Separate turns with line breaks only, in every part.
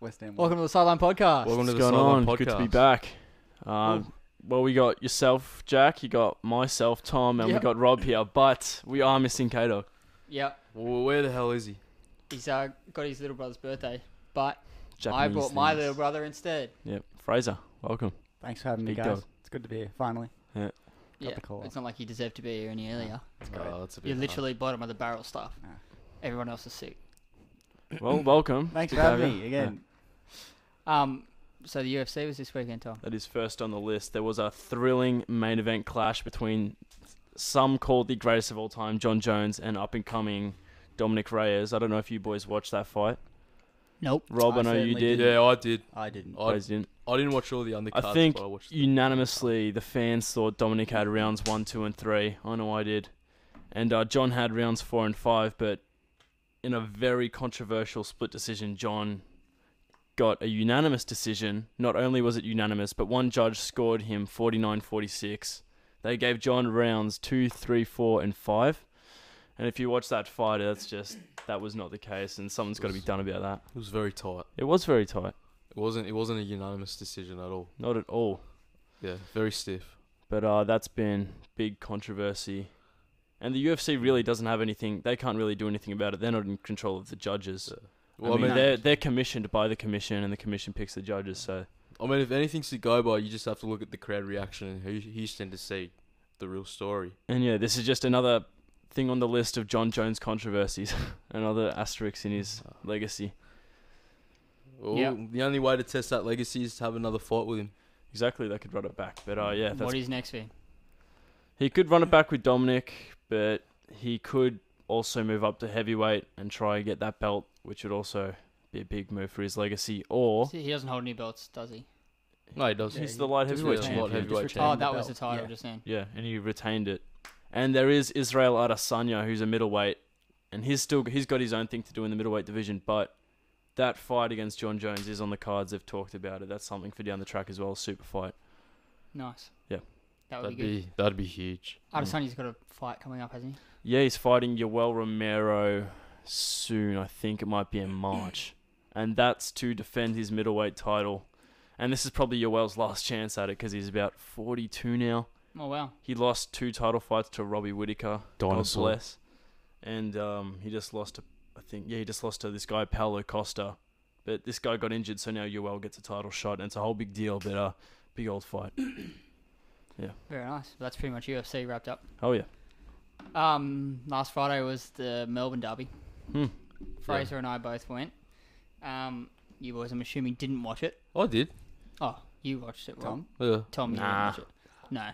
West Ham.
Welcome to the Sideline Podcast.
Welcome to
What's
the
going
Sideline
on?
Podcast.
Good to be back. Um, well, we got yourself, Jack. You got myself, Tom, and
Yep.
we got Rob here. But we are missing Kato.
Yep,
Well, where the hell is he?
he's uh, got his little brother's birthday, but I
Japanese
brought my
things.
little brother instead.
Yep, Fraser. Welcome.
Thanks for having me,
Big
guys.
dog.
It's good to be here. Finally, Got
Yeah,
the call.
it's not like you deserve to be here any earlier.
it's great.
Oh, that's a bit
You're
hard.
literally bottom of the barrel stuff.
Ah.
Everyone else is sick.
Well, welcome.
Thanks
to
for having
Kato.
me again.
Um, so the UFC was this weekend, Tom.
That is first on the list. There was a thrilling main event clash between some called the greatest of all time, John Jones, and up and coming Dominic Reyes. I don't know if you boys watched that fight.
Nope.
Rob,
I
I, know you
certainly
did.
did.
Yeah, I did.
I didn't.
I,
Boys didn't.
I didn't watch all the undercuts,
I think
but I watched.
unanimously the fans thought Dominic had rounds one, two, and three. I know I did, and uh, John had rounds four and five. But in a very controversial split decision, John got a unanimous decision. Not only was it unanimous, but one judge scored him 49-46. They gave John rounds two, three, four, and five. And if you watch that fight, that's just that was not the case, and something's got to be done about that.
It was very tight.
It was very tight,
It wasn't. It wasn't a unanimous decision at all.
not at all.
Yeah, very stiff.
But uh, that's been big controversy. And the UFC really doesn't have anything. They can't really do anything about it. They're not in control of the judges.
Yeah.
Well, I mean,
I mean,
they're they're commissioned by the commission, and the commission picks the judges. So
I mean, if anything's to go by, you just have to look at the crowd reaction and who he's tend to see the real story.
and yeah, this is just another thing on the list of John Jones controversies. another asterisk in his legacy.
Uh, Well,
Yeah.
the only way to test that legacy is to have another fight with him.
Exactly, they could run it back. But uh, yeah, that's
what is next thing?
He could run it back with Dominic, but he could also move up to heavyweight and try and get that belt, which would also be a big move for his legacy. Or
See, He doesn't hold any belts, does he?
No, he doesn't.
he's
he
the light
just
heavyweight
retained-
champion.
Light heavyweight
just
champion.
retained
oh, that was the
belt.
title
Yeah.
just then.
Yeah, and he retained it. And there is Israel Adesanya, who's a middleweight, and he's still he's got his own thing to do in the middleweight division. But that fight against John Jones is on the cards. They've talked about it. That's something for down the track as well. Super fight.
Nice.
Yeah. Mm.
That would
That'd
be good.
be that'd be huge.
Adesanya's got a fight coming up, hasn't he?
Yeah, he's fighting Yoel Romero soon. I think it might be in March, and that's to defend his middleweight title. And this is probably Yoel's last chance at it because he's about 42 now.
Oh wow.
He lost two title fights to Robbie Whitaker.
Dinosaur.
God bless. And um, he just lost to, I think, yeah, he just lost to this guy, Paolo Costa. But this guy got injured, so now Yoel gets a title shot, and it's a whole big deal, but uh, big old fight.
Very nice. That's pretty much UFC wrapped up.
Oh, yeah.
Um, last Friday was the Melbourne Derby.
Hmm.
Fraser and I both went. Um, you boys, I'm assuming, didn't watch it.
I did.
Oh, you watched it, Rob. Tom,
Tom,
you
Yeah,
didn't
Nah.
watch it. No.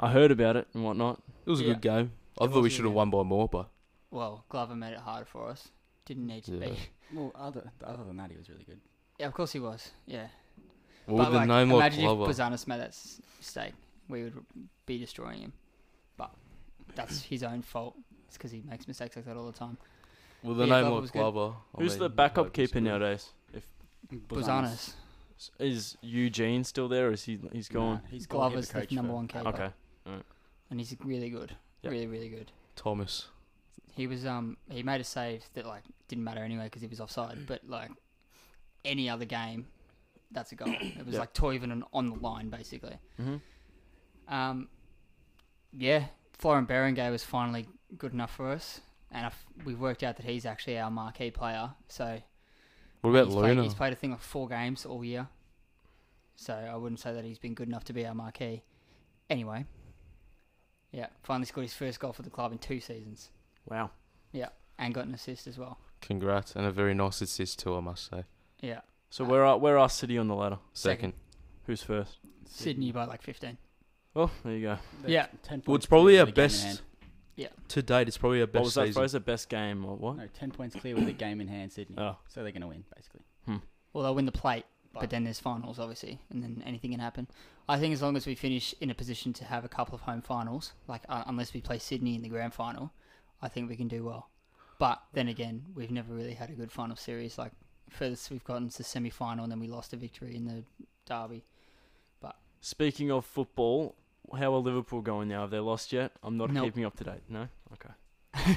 I heard about it and whatnot.
it was a
Yeah.
good game. I
It
thought we
was a
should
good
have
game.
won by more, but
Well, Glover made it hard for us. Didn't need to
Yeah.
be.
well, other other than that, he was really good.
Yeah, of course he was. Yeah.
well, with
but
the
like,
name like
imagine
Glover,
if Bazanis made that s- mistake, we would be destroying him. But that's his own fault. It's because he makes mistakes like that all the time.
with the
yeah,
name
Glover
like
was good.
Glover. I
Who's
mean,
the
he
backup
played this
keeper
good.
nowadays? If
Bazanis,
Is Eugene still there? Or is he, he's gone?
Nah, he's got
Glover's the
coach
number
for-
one keeper,
Okay.
and he's really good.
Yep.
Really, really good.
Thomas.
He was um he made a save that like didn't matter anyway because he was offside. But like any other game, that's a goal. It was
Yeah.
like Toivonen on the line basically.
hmm
Um, yeah, Florian Berenguer was finally good enough for us, and I've, we've worked out that he's actually our marquee player. So
What about
he's
Luna?
played, he's played a thing like four games all year. So I wouldn't say that he's been good enough to be our marquee. Anyway, yeah, finally scored his first goal for the club in two seasons
Wow.
and got an assist as well.
Congrats and a very nice assist too, I must say.
Yeah,
So
Uh,
where are where are City on the ladder?
Second.
Who's first?
Sydney by like fifteen.
Well, there you go.
They're
Yeah.
ten
Well,
points
it's probably
clear
our
with a game in
best
hand.
to date. It's probably our best
what was that
season.
Fraser? Best game or what?
No, ten points clear with a game in hand, Sydney.
Oh.
So they're going to win, basically.
Well, they'll win the plate But
But-
then there's finals, obviously, and then anything can happen. I think as long as we finish in a position to have a couple of home finals, like uh, unless we play Sydney in the grand final, I think we can do well. But then again, we've never really had a good final series. Like first we've gotten to semi final, and then we lost a victory in the derby.
Speaking of football, how are Liverpool going now? Have they lost yet? I'm not
Nope.
keeping up to date. No? Okay.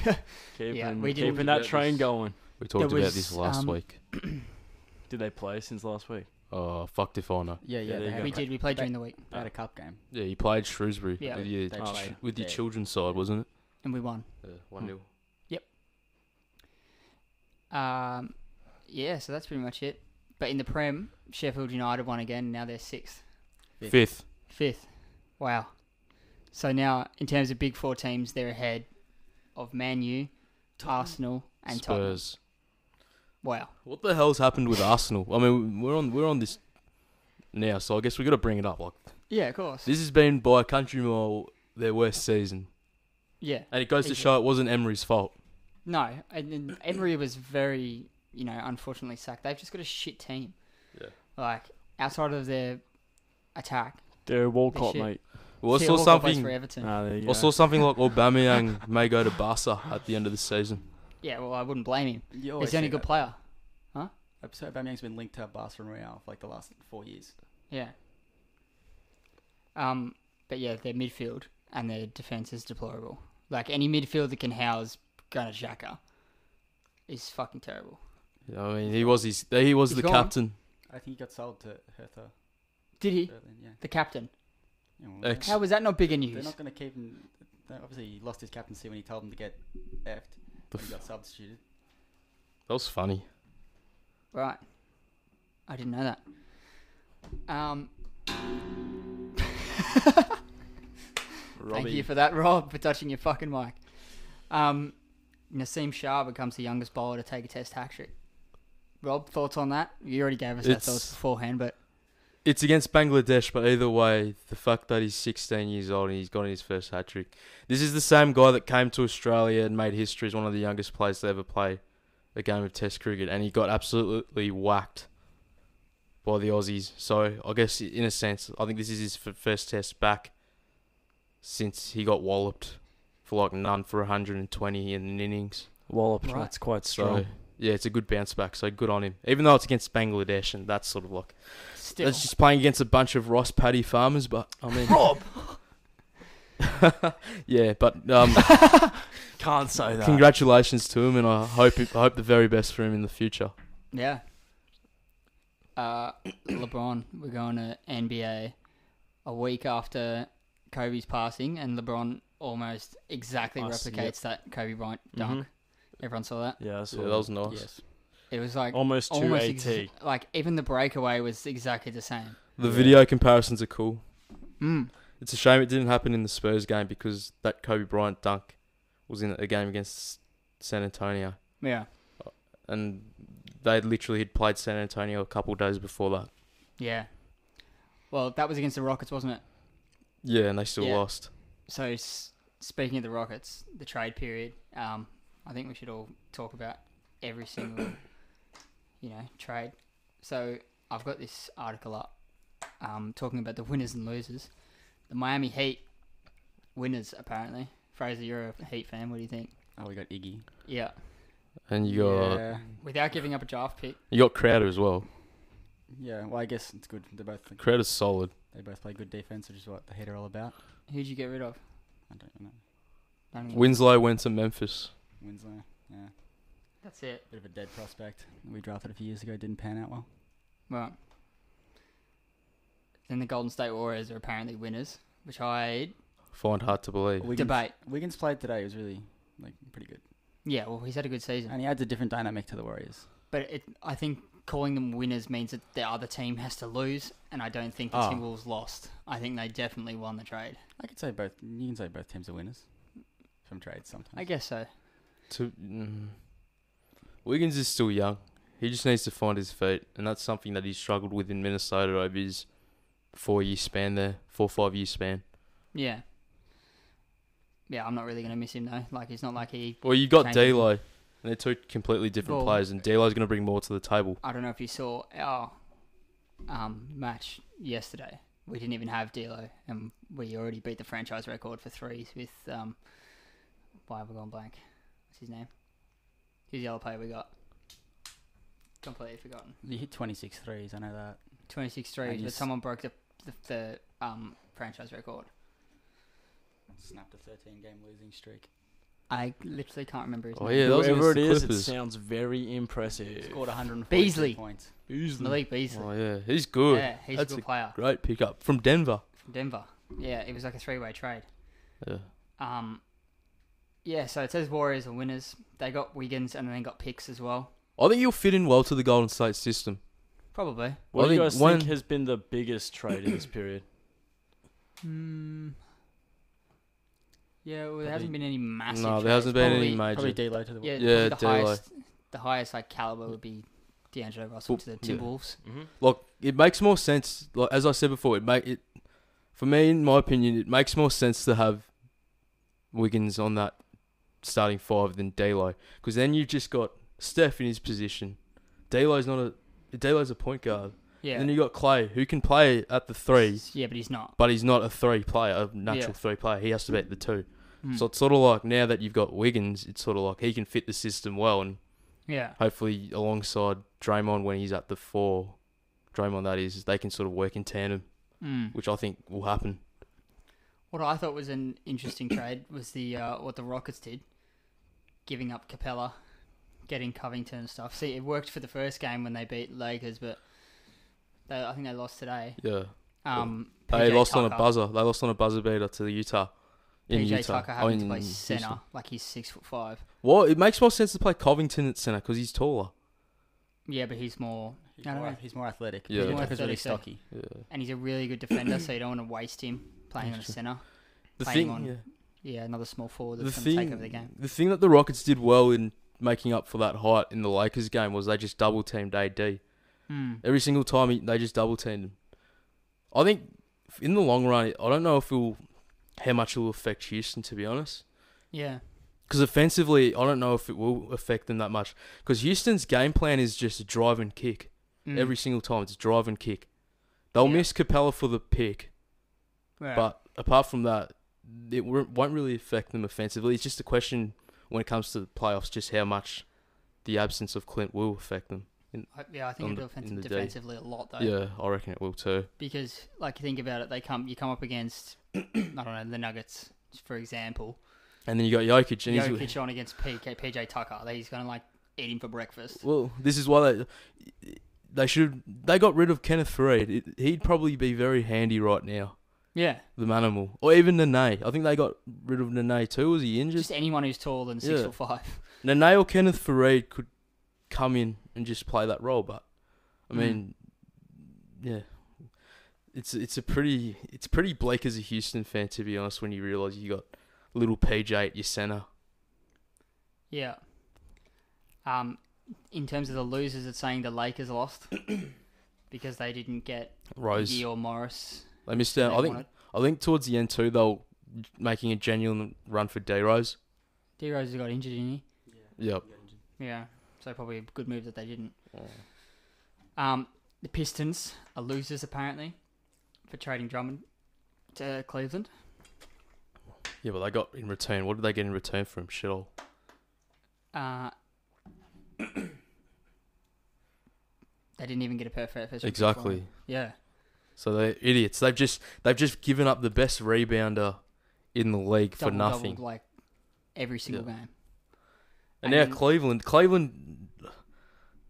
Keeping,
Yeah, we didn't-
keeping that train going.
We talked about
was,
this last
um,
week.
Did they play since last week?
Oh, fucked if I know.
Yeah,
Yeah,
yeah.
there
they
you
had,
go.
we did. We played during the week,
They had a cup game.
Yeah, you played Shrewsbury
Yeah.
with your,
They
Oh,
played
yeah.
with your
there.
children's side, wasn't
and we won.
it? One 0
Um, yeah, so that's pretty much it. But in the Prem, Sheffield United won again. Now they're sixth,
Fifth.
Fifth.
fifth. Wow. So now, in terms of Big Four teams, they're ahead of Man U, Arsenal, and Tottenham.
Spurs.
Wow.
What the hell's happened with Arsenal? I mean, we're on we're on this now, so I guess we got to bring it up. Like
Yeah, of course.
this has been by a country mile their worst season,
yeah.
and it goes to show it wasn't Emery's fault.
No, and then Emery was very, you know, unfortunately sacked. They've just got a shit team.
Yeah.
Like outside of their attack,
They're Walcott,
shit.
mate.
Well, I
See,
saw
Walcott plays
something. Uh.
for Everton.
Ah, there you
I
go.
saw something like Aubameyang may go to Barca at the end of the season.
yeah, well, I wouldn't blame him.
You
He's
always
the only
say
good
that.
player.
So Aubameyang's been linked to Barca and Real for like the last four years.
Yeah. Um, but yeah, their midfield and their defense is deplorable. Like any midfield that can house Granit Xhaka is fucking terrible.
I mean, he was his, he was
He's
the
gone.
captain.
I think he got sold to Hertha
Did he?
Berlin. Yeah.
The captain.
Yeah, well, they're-
Ex-
How was that not bigger
They're
news?
not going to keep him. they- Obviously, he lost his captaincy when he told him to get effed
The
when he
f-
got substituted.
that was funny.
Right. I didn't know that. Um,
Robbie.
Thank you for that, Rob, for touching your fucking mic. Um, Nassim Shah becomes the youngest bowler to take a test hat trick. Rob, thoughts on that? You already gave us our
It's-
thoughts beforehand, but
It's against Bangladesh, but either way, the fact that he's 16 years old and he's got his first hat trick. This is the same guy that came to Australia and made history as one of the youngest players to ever play a game of Test cricket, and he got absolutely whacked by the Aussies. So I guess in a sense, I think this is his f- first Test back since he got walloped for like none for 120 in an innings.
Wallop,
Right.
that's quite strong.
So yeah, it's a good bounce back. So good on him, even though it's against Bangladesh and that's sort of like.
still.
That's just playing against a bunch of Ross Paddy farmers, but I mean,
Rob!
yeah. But um,
Can't say that.
congratulations to him, and I hope I hope the very best for him in the future.
Yeah. Uh, LeBron, we're going to NBA a week after Kobe's passing, and LeBron almost exactly
Us, yep.
replicates that Kobe Bryant dunk.
Mhm.
Everyone saw that.
Yeah, I
So
saw
that
that.
was nice.
It was like
Almost 280.
almost ex- like even the breakaway was exactly the same.
The
Yeah.
video comparisons are cool.
Mm.
It's a shame it didn't happen in the Spurs game because that Kobe Bryant dunk was in a game against San Antonio,
Yeah.
and they literally had played San Antonio a couple days before that.
Yeah. Well, that was against the Rockets, wasn't it?
Yeah, and they still
Yeah.
lost.
So, s- speaking of the Rockets, the trade period, um, I think we should all talk about every single, you know, trade. So, I've got this article up um, talking about the winners and losers. The Miami Heat winners, apparently. Fraser, you're a Heat fan. What do you think?
Oh, we got Iggy.
Yeah.
And you got
Yeah.
Without giving up a draft pick.
you got Crowder as well.
Yeah, well, I guess it's good. They both
Crowder's solid.
they both play good defense, which is what the Heat are all about.
Who'd you get rid of?
I don't know.
None of you.
Winslow went to Memphis.
Winslow, yeah,
That's it.
bit of a dead prospect. We drafted a few years ago, didn't pan out well.
Right. Then the Golden State Warriors are apparently winners, which I
Find hard to believe.
Wiggins,
debate.
Wiggins played today. He was really like pretty good,
Yeah, well, he's had a good season.
and he adds a different dynamic to the Warriors.
But it, I think calling them winners means that the other team has to lose, and I don't think the
Ah.
Timberwolves lost. I think they definitely won the trade.
I could say both. You can say both teams are winners from trades sometimes.
I guess so.
To mm, Wiggins is still young. He just needs to find his feet, and that's something that he struggled with in Minnesota over his four-year span there, four five year span.
Yeah. Yeah, I'm not really going to miss him, though. Like, it's not like he.
Well, you've got
Changes.
D'Lo, and they're two completely different
Well-
players, and D'Lo's going to bring more to the table.
I don't know if you saw our um, match yesterday. We didn't even have D'Lo, and we already beat the franchise record for threes with um, why have I gone blank? What's his name? Who's the other player we got? Completely forgotten.
You hit 26 threes, I know that.
26
And
threes,
you
but
s-
someone broke the the, the um, franchise record.
Snapped a 13 game losing streak.
I literally can't remember his
Oh,
name.
yeah, that was
Whoever it
against the
is, it
Clippers.
sounds very impressive.
Scored 140
Beasley.
points.
Malik Beasley.
Oh yeah, he's good.
Yeah, he's
That's
a
a-
good player
Great pickup from Denver.
from Denver. Yeah, it was like a three way trade.
Yeah.
Um, yeah, so it says Warriors are winners. They got Wiggins and then got picks as well.
I think he'll fit in well to the Golden State system.
Probably.
What
I
do you
think
guys
one-
think has been the biggest trade in this period?
Hmm. Yeah, well, there hasn't been any massive.
no,
trades.
there hasn't been
Probably-
any major.
Probably D-Lo to the
Yeah,
Yeah,
probably the
D'Lo.
highest, the highest like caliber would be D'Angelo Russell to the
yeah.
Timberwolves.
Mm-hmm.
Look, it makes more sense. Like as I said before, it make it for me, in my opinion, it makes more sense to have Wiggins on that starting five than D'Lo because then you've just got Steph in his position. D'Lo's not a D'Lo's a point guard.
Yeah.
And then you got Clay who can play at the three,
Yeah, but he's not.
but he's not a three player, a natural
Yeah.
three player. He has to be at the two.
Hmm.
So it's sort of like now that you've got Wiggins, it's sort of like he can fit the system well and
yeah.
hopefully alongside Draymond when he's at the four, Draymond that is, they can sort of work in tandem,
Hmm.
which I think will happen.
What I thought was an interesting trade was the uh, what the Rockets did, giving up Capella, getting Covington and stuff. See, it worked for the first game when they beat Lakers, but they, I think they lost today.
Yeah,
Um,
they
PJ
lost on a
Tucker-
buzzer. They lost on a buzzer beater to the Utah. In
PJ
Utah,
Tucker
Oh,
having to
in
play
Houston.
center, like he's six foot five.
Well, it makes more sense to play Covington at center because he's taller.
Yeah, but he's more
He's,
I don't
more,
know.
he's more athletic.
Yeah.
Yeah.
He's more
Tucker's really
athletic, so-
stocky.
Yeah.
and he's a really good defender, so you don't want to waste him playing on a
That's true.
center.
The
Playing
thing,
on
yeah.
Yeah, another small forward
the
that's going to
thing,
take over the game.
the thing that the Rockets did well in making up for that height in the Lakers game was they just double teamed AD.
Hmm.
Every single time he, they just double teamed him. I think in the long run, I don't know if it'll how much it will affect Houston to be honest.
Yeah,
Because offensively, I don't know if it will affect them that much. Because Houston's game plan is just drive and kick
Mm.
every single time. It's drive and kick. They'll
Yeah.
miss Capella for the pick,
Right.
but apart from that, it wo- won't really affect them offensively. It's just a question when it comes to the playoffs, just how much the absence of Clint will affect them.
I- yeah, I think
on the-
it'll
in the
offensive,
day.
defensively a lot though.
Yeah, I reckon it will too.
because like you think about it, they come you come up against I don't know the Nuggets for example.
And then you got Jokic, and he's,
Jokic on against PK PJ Tucker, that he's gonna like eat him for breakfast.
Well, this is why they they should they got rid of Kenneth Faried. It, he'd probably be very handy right now.
Yeah,
The Manimal, or even Nene. I think they got rid of Nene too. Was he injured?
just anyone who's taller than six
Yeah.
foot five.
Nene or Kenneth Faried could come in and just play that role, but I
Mm.
mean, yeah, it's it's a pretty it's pretty bleak as a Houston fan to be honest. When you realize you got little PJ at your center,
Yeah. Um, in terms of the losers, it's saying the Lakers lost because they didn't get
Rose,
Yee or Morris.
they missed out.
They
I think
wanted-
I think towards the end too, they were making a genuine run for D Rose.
D Rose got injured, didn't
Yep.
he? Yeah, so probably a good move that they didn't. Um, the Pistons are losers apparently for trading Drummond to Cleveland.
Yeah, but they got in return. What did they get in return for him? Shit all.
Uh, they didn't even get a perfect first. round pick for him.
Exactly.
Yeah.
So they are idiots. They've just they've just given up the best rebounder in the league for
Double,
nothing.
double, like every single game.
and
I
now
mean-
Cleveland, Cleveland.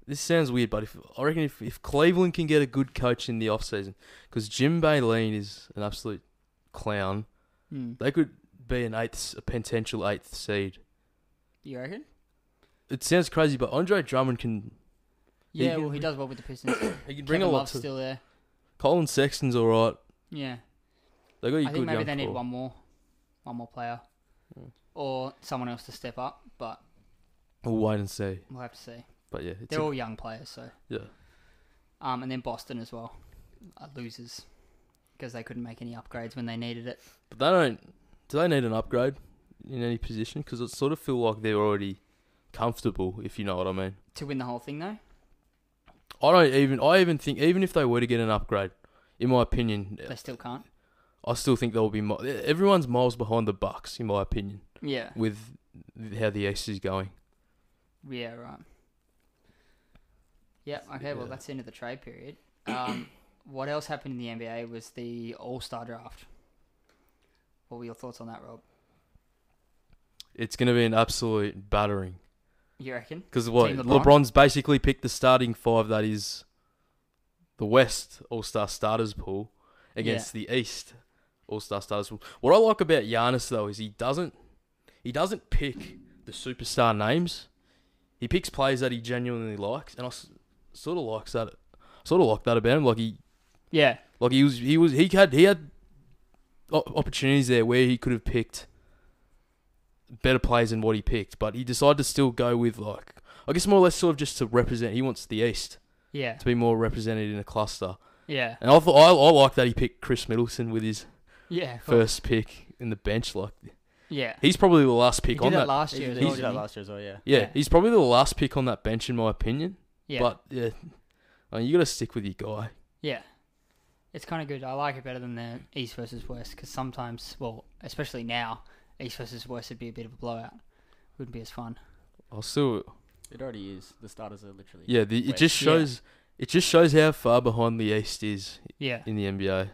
This sounds weird, but if I reckon if, if Cleveland can get a good coach in the offseason, because Jim Baleen is an absolute clown,
Hmm.
they could be an eighth, a potential eighth seed.
You reckon?
It sounds crazy, but Andre Drummond can He
Yeah.
can
well, he
bring-
does well with the Pistons.
he can bring
Kevin
a lot
Love's
to.
still there.
Colin Sexton's all right.
Yeah.
They got a
I
good
think maybe
young
they need
core.
one more, one more player,
Hmm.
or someone else to step up. But
We'll wait and see.
we'll have to see.
But yeah, it's
They're
a,
all young players, so
yeah.
um, and then Boston as well, are losers because they couldn't make any upgrades when they needed it.
But they don't. Do they need an upgrade in any position? Because it sort of feel like they're already comfortable, if you know what I mean.
To win the whole thing, though,
I don't even. I even think even if they were to get an upgrade, in my opinion,
They still can't.
I still think they'll be. mi- Everyone's miles behind the Bucks, in my opinion,
Yeah.
with how the East is going.
Yeah, right. Yep, okay, well,
Yeah.
that's the end of the trade period. Um, what else happened in the NBA was the All Star draft. What were your thoughts on that, Rob?
It's going to be an absolute battering.
You reckon?
Because what
Team LeBron?
LeBron's basically picked the starting five that is the West All Star starters pool against the East All Star starters pool. What I like about Giannis though is he doesn't he doesn't pick the superstar names. He picks players that he genuinely likes, and I s- sort of likes that. Sort of like that about him. Like he
Yeah,
like he was he was he had he had o- opportunities there where he could have picked better players than what he picked, but he decided to still go with like I guess more or less sort of just to represent. He wants the East
yeah,
to be more represented in a cluster,
yeah,
and I thought I, I like that he picked Chris Middleton with his
yeah. of course.
first pick in the bench. Like
Yeah.
he's probably the last
He
pick
did
on
that
that.
last
He
year
did
as
he
well,
did that
didn't he?
last year as well, yeah.
yeah,
yeah.
he's probably the last pick on that bench in my opinion.
Yeah,
But yeah, like, you got to stick with your guy.
yeah. It's kind of good. I like it better than the East versus West because sometimes, well, especially now, East versus West would be a bit of a blowout. Wouldn't be as fun.
I'll still
It already is. The starters are literally.
yeah. The, it
West.
just
Yeah.
shows it just shows how far behind the East is
Yeah,
in the NBA.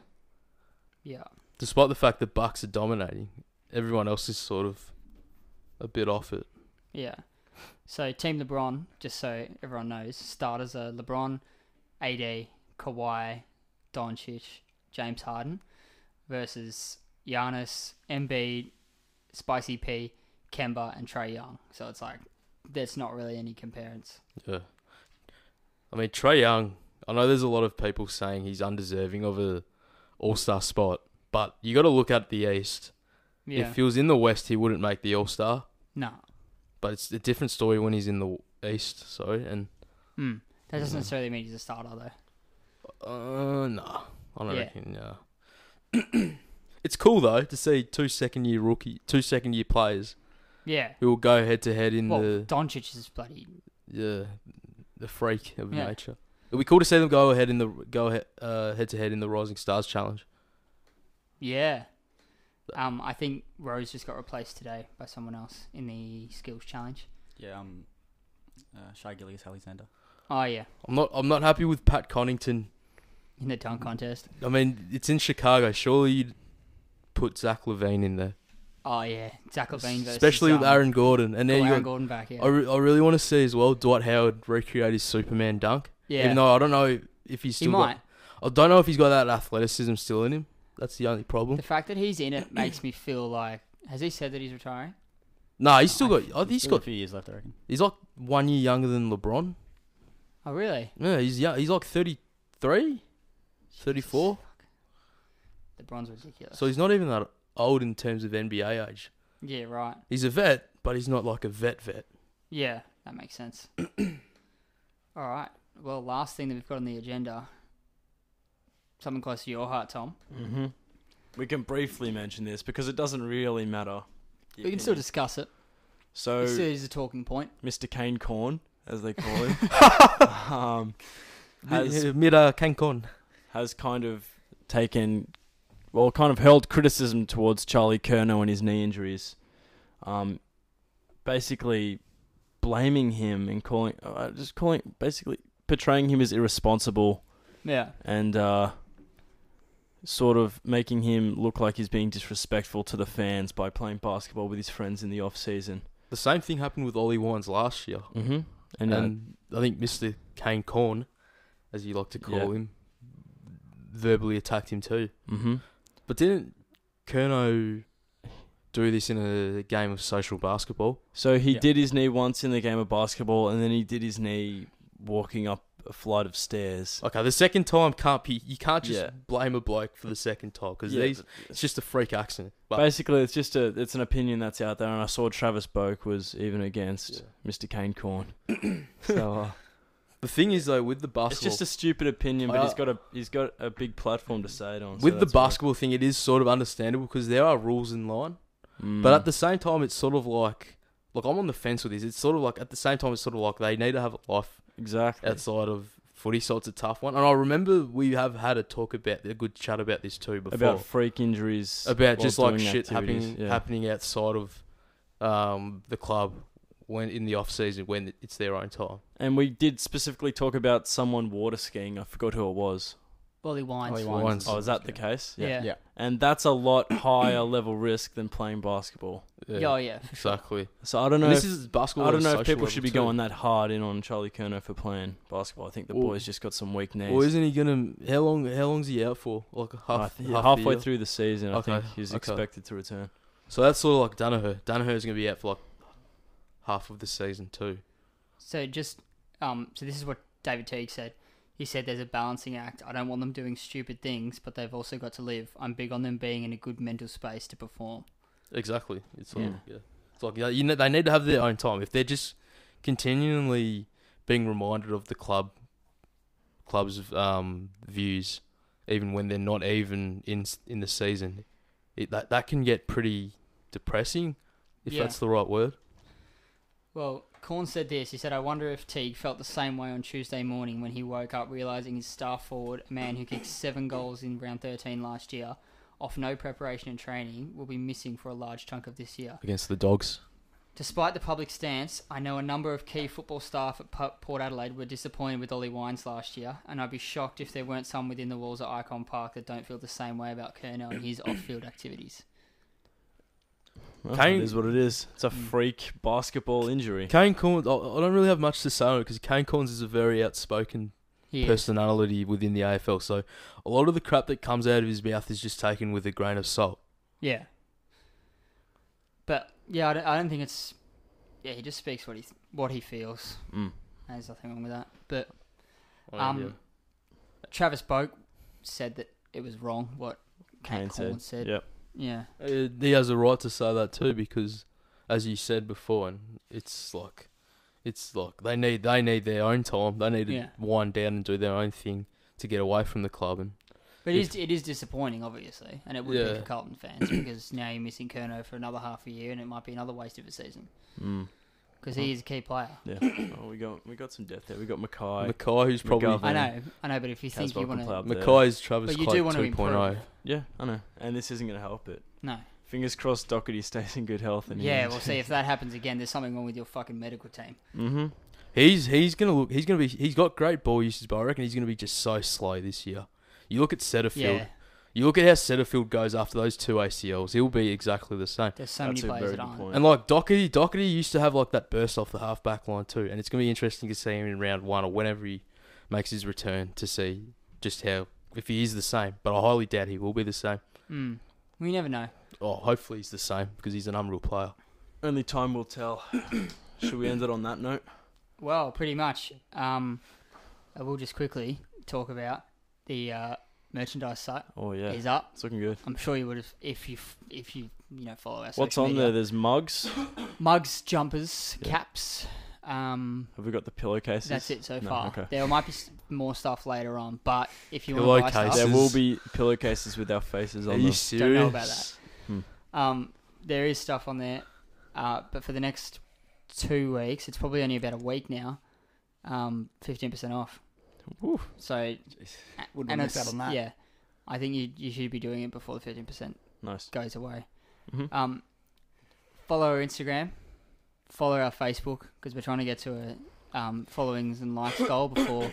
yeah,
Despite the fact that Bucks are dominating, everyone else is sort of a bit off it.
yeah. So Team LeBron, just so everyone knows, starters are LeBron, AD, Kawhi, Doncic, James Harden, versus Giannis, Embiid, Spicy P, Kemba, and Trey Young. So it's like there's not really any comparison.
Yeah. I mean Trey Young, I know there's a lot of people saying he's undeserving of a all star spot, but you gotta look at the East.
Yeah.
If he was in the West he wouldn't make the all star.
no.
But it's a different story when he's in the East, so and
Mm. That doesn't
Yeah.
necessarily mean he's a starter though.
uh nah. I don't
Yeah.
reckon nah. it's cool though to see two second year rookie two second year players
Yeah.
who will go head to head in
Well,
the
Doncic is bloody.
Yeah, the freak of
Yeah.
nature. It'd be cool to see them go ahead in the go ahead, uh, head to head in the Rising Stars Challenge.
Yeah. Um, I think Rose just got replaced today by someone else in the skills challenge.
Yeah, um, uh, Shy Gillius Alexander.
Oh yeah,
I'm not I'm not happy with Pat Connington.
in the dunk contest.
I mean, it's in Chicago. Surely you'd put Zach Levine in there,
Oh yeah, Zach Levine versus
especially with
um,
Aaron Gordon. And then
got
you
Aaron
got,
Gordon back. Yeah.
I, re- I really want to see as well Dwight Howard recreate his Superman dunk.
yeah.
Even though I don't know if he's
he
still
might.
Got, I don't know if he's got that athleticism still in him. That's the only problem.
The fact that he's in it makes me feel like. Has he said that he's retiring?
Nah, he's still
I
got.
think
I think Oh, he's
still
got.
a few years left, I reckon.
He's like one year younger than LeBron.
Oh really?
Yeah, he's young. He's like 33, 34.
The bronze ridiculous.
So he's not even that old in terms of NBA age.
yeah, right.
He's a vet, but he's not like a vet vet.
Yeah, that makes sense. All right. Well, last thing that we've got on the agenda. Something close to your heart, Tom.
Mm-hmm. We can briefly mention this because it doesn't really matter.
We can still discuss it.
So,
It still is a talking point.
Mr. Kane Corn, as Oh. they call him, um, Has-
Mira Cancon.
has kind of taken, well, kind of held criticism towards Charlie Kerno and his knee injuries, um, basically blaming him and calling, uh, just calling, basically portraying him as irresponsible
Yeah.
and uh, sort of making him look like he's being disrespectful to the fans by playing basketball with his friends in the off season.
The same thing happened with Ollie Wines last year.
Mm-hmm. And, uh,
And I think Mr. Kane Corn, as you like to call him, verbally attacked him too.
hmm
But didn't Kerno do this in a game of social basketball?
So he
Yeah.
did his knee once in the game of basketball, and then he did his knee walking up a flight of stairs.
Okay, the second time can't be. You can't just
Yeah.
blame a bloke for the second time because
Yeah,
these.
but-
It's just a freak accident. But
basically, it's just a it's an opinion that's out there, and I saw Travis Boak was even against Mr. Kane Corn. so uh,
The thing is though, with the
it's
basketball,
just a stupid opinion, but
I-
he's got a he's got a big platform to say it on. so
with the
that's why-
basketball thing, it is sort of understandable because there are rules in line.
Mm.
But at the same time, it's sort of like, look, I'm on the fence with this. It's sort of like at the same time, it's sort of like they need to have a life
exactly
outside of footy, so it's a tough one. And I remember we have had a talk about a good chat about this too before
about freak injuries,
about just
while
like
doing
shit
activities,
happening
yeah.
happening outside of um, the club when in the off season when it's their own time.
And we did specifically talk about someone water skiing. I forgot who it was.
Wally Wines.
Ollie
Wines.
Wines.
Oh, is that the case?
Yeah. Yeah.
Yeah.
And that's a lot higher level risk than playing basketball.
Oh, yeah.
exactly.
So I don't know.
And this
if,
is basketball.
I don't
at a
know if
social
people should
level
be
too.
going that hard in on Charlie Kerno for playing basketball. I think the
Well-
boy's just got some weak knees.
Well, isn't he gonna? How long? How long's he out for? Like half,
I think
half the
halfway
year?
through the season,
Okay,
I think he's
okay.
expected to return.
So that's sort of like Danaher. Danaher's gonna be out for like half of the season too.
So just um, so this is what David Teague said. He said there's a balancing act. I don't want them doing stupid things, but they've also got to live. I'm big on them being in a good mental space to perform.
Exactly. It's like
Yeah.
yeah. It's like you know they need to have their own time. If they're just continually being reminded of the club club's um, views, even when they're not even in s- in the season, it, that that can get pretty depressing, if
Yeah.
that's the right word.
Well, Korn said this. He said, I wonder if Teague felt the same way on Tuesday morning when he woke up realizing his star forward, a man who kicked seven goals in round 13 last year, off no preparation and training, will be missing for a large chunk of this year.
Against the dogs.
Despite the public stance, I know a number of key football staff at P- Port Adelaide were disappointed with Ollie Wines last year, and I'd be shocked if there weren't some within the walls of Icon Park that don't feel the same way about Kerno and his off-field activities.
Well,
Kane- Mm.
it is what it is. It's a freak basketball injury.
Kane Corns. I I don't really have much to say on it because Kane Corns is a very outspoken
He is.
personality within the AFL. So a lot of the crap that comes out of his mouth is just taken with a grain of salt.
Yeah. But yeah, I don't, I don't think it's. Yeah, he just speaks what he what he feels.
Mm.
There's nothing wrong with that. But
Oh,
um, Travis Boak said that it was wrong what Kane
Kane
Corn said.
said. Yep.
Yeah.
Uh, he has a right to say that too because, as you said before, and it's like, it's like they need they need their own time. They need to
Yeah.
wind down and do their own thing to get away from the club. And
But it is, it is disappointing, obviously, and it would be
Yeah.
for Carlton fans because now you're missing Kerno for another half a year, and it might be another waste of a season
Mm.
because he is a key player.
Yeah. oh, we got we got some death there. We got Mackay.
Mackay, who's probably
McGovern.
I
Then
know, I know, but if you think
Caswell
you
can
want
play
to,
up there.
Mackay's Travis
But you
Clyde
do want to
2.0.
improve.
Yeah, I know. And this isn't going to help it.
no,
Fingers crossed, Doherty stays in good health. And
yeah, we'll see if that happens again. There's something wrong with your fucking medical team.
Mm-hmm.
He's he's gonna look. He's gonna be. He's got great ball usage, but I reckon he's gonna be just so slow this year. You look at Setterfield.
Yeah,
You look at how Setterfield goes after those two ACLs. He'll be exactly the same.
there's so
That's a
many players
very
that
good
aren't.
point.
And like Doherty, Doherty used to have like that burst off the halfback line too, and it's gonna be interesting to see him in round one or whenever he makes his return to see just how if he is the same. But I highly doubt he will be the same.
Mm. We never know.
Oh, hopefully he's the same because he's an unreal player.
Only time will tell. Should we end it on that note?
Well, pretty much. Um, I will just quickly talk about the uh, merchandise site
Oh yeah,
is up.
it's looking good.
I'm sure you would have if you f- if you you know follow us.
What's on there? There's mugs.
Mugs, jumpers,
Yeah.
caps. Um,
Have we got the pillowcases?
that's it so
No,
far.
okay.
There might be s- more stuff later on, but if you want to buy
Pillowcases.
There
stuff,
will be pillowcases with our faces on them.
Don't know about
Hmm.
um, there is stuff on there. Uh, but for the next two weeks, it's probably only about a week now. Um, fifteen percent off.
Woo.
So
Wouldn't
and
have missed
it's-
out on that.
Yeah, I think you you should be doing it before the fifteen percent
Nice.
goes away.
Mhm.
Um, follow our Instagram, follow our Facebook because we're trying to get to a um, followings and likes goal before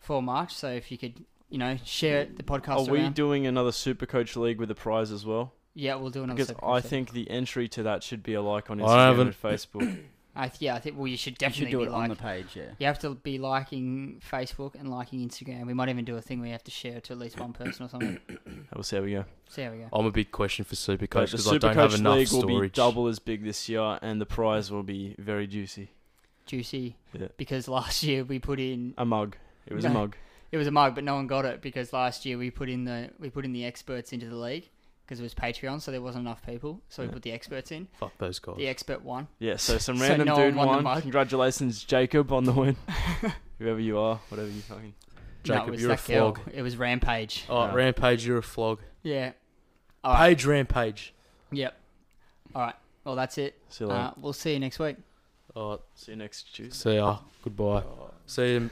before March. So if you could, you know, share it, the
Are
podcast.
we
around.
doing another Supercoach League with a prize as well?
yeah, we'll do another.
Because
separate
I
episode.
think the entry to that should be a like on
I don't
Instagram
have
and Facebook.
I th- yeah, I think well, you should
You
definitely
should do
be
it
like.
on the page, yeah.
you have to be liking Facebook and liking Instagram. We might even do a thing where you have to share it to at least one person or something.
we'll see how we go.
So there we go.
I'm a big question for Supercoach
But the
because I don't have
Supercoach
enough
League will be
storage.
double as big this year, and the prize will be very juicy.
Juicy.
Yeah.
Because last year we put in
A mug. It was a
No.
mug.
It was a mug, but no one got it because last year we put in the we put in the experts into the league because it was Patreon, so there wasn't enough people. So we
Yeah.
put the experts in.
Fuck those guys.
The expert won.
Yeah, so some
So
random
no one
dude
won the
won.
mug.
Congratulations, Jacob, on the win. Whoever you are, whatever you fucking.
Jacob,
no, it was
you're a
that girl.
flog.
It was Rampage.
Oh,
No.
Rampage, you're a flog.
Yeah. All right.
Page Rampage.
Yep. All right. Well, that's it.
See you later.
Uh, we'll see you next week.
Oh,
see you next Tuesday.
see ya. Goodbye. See you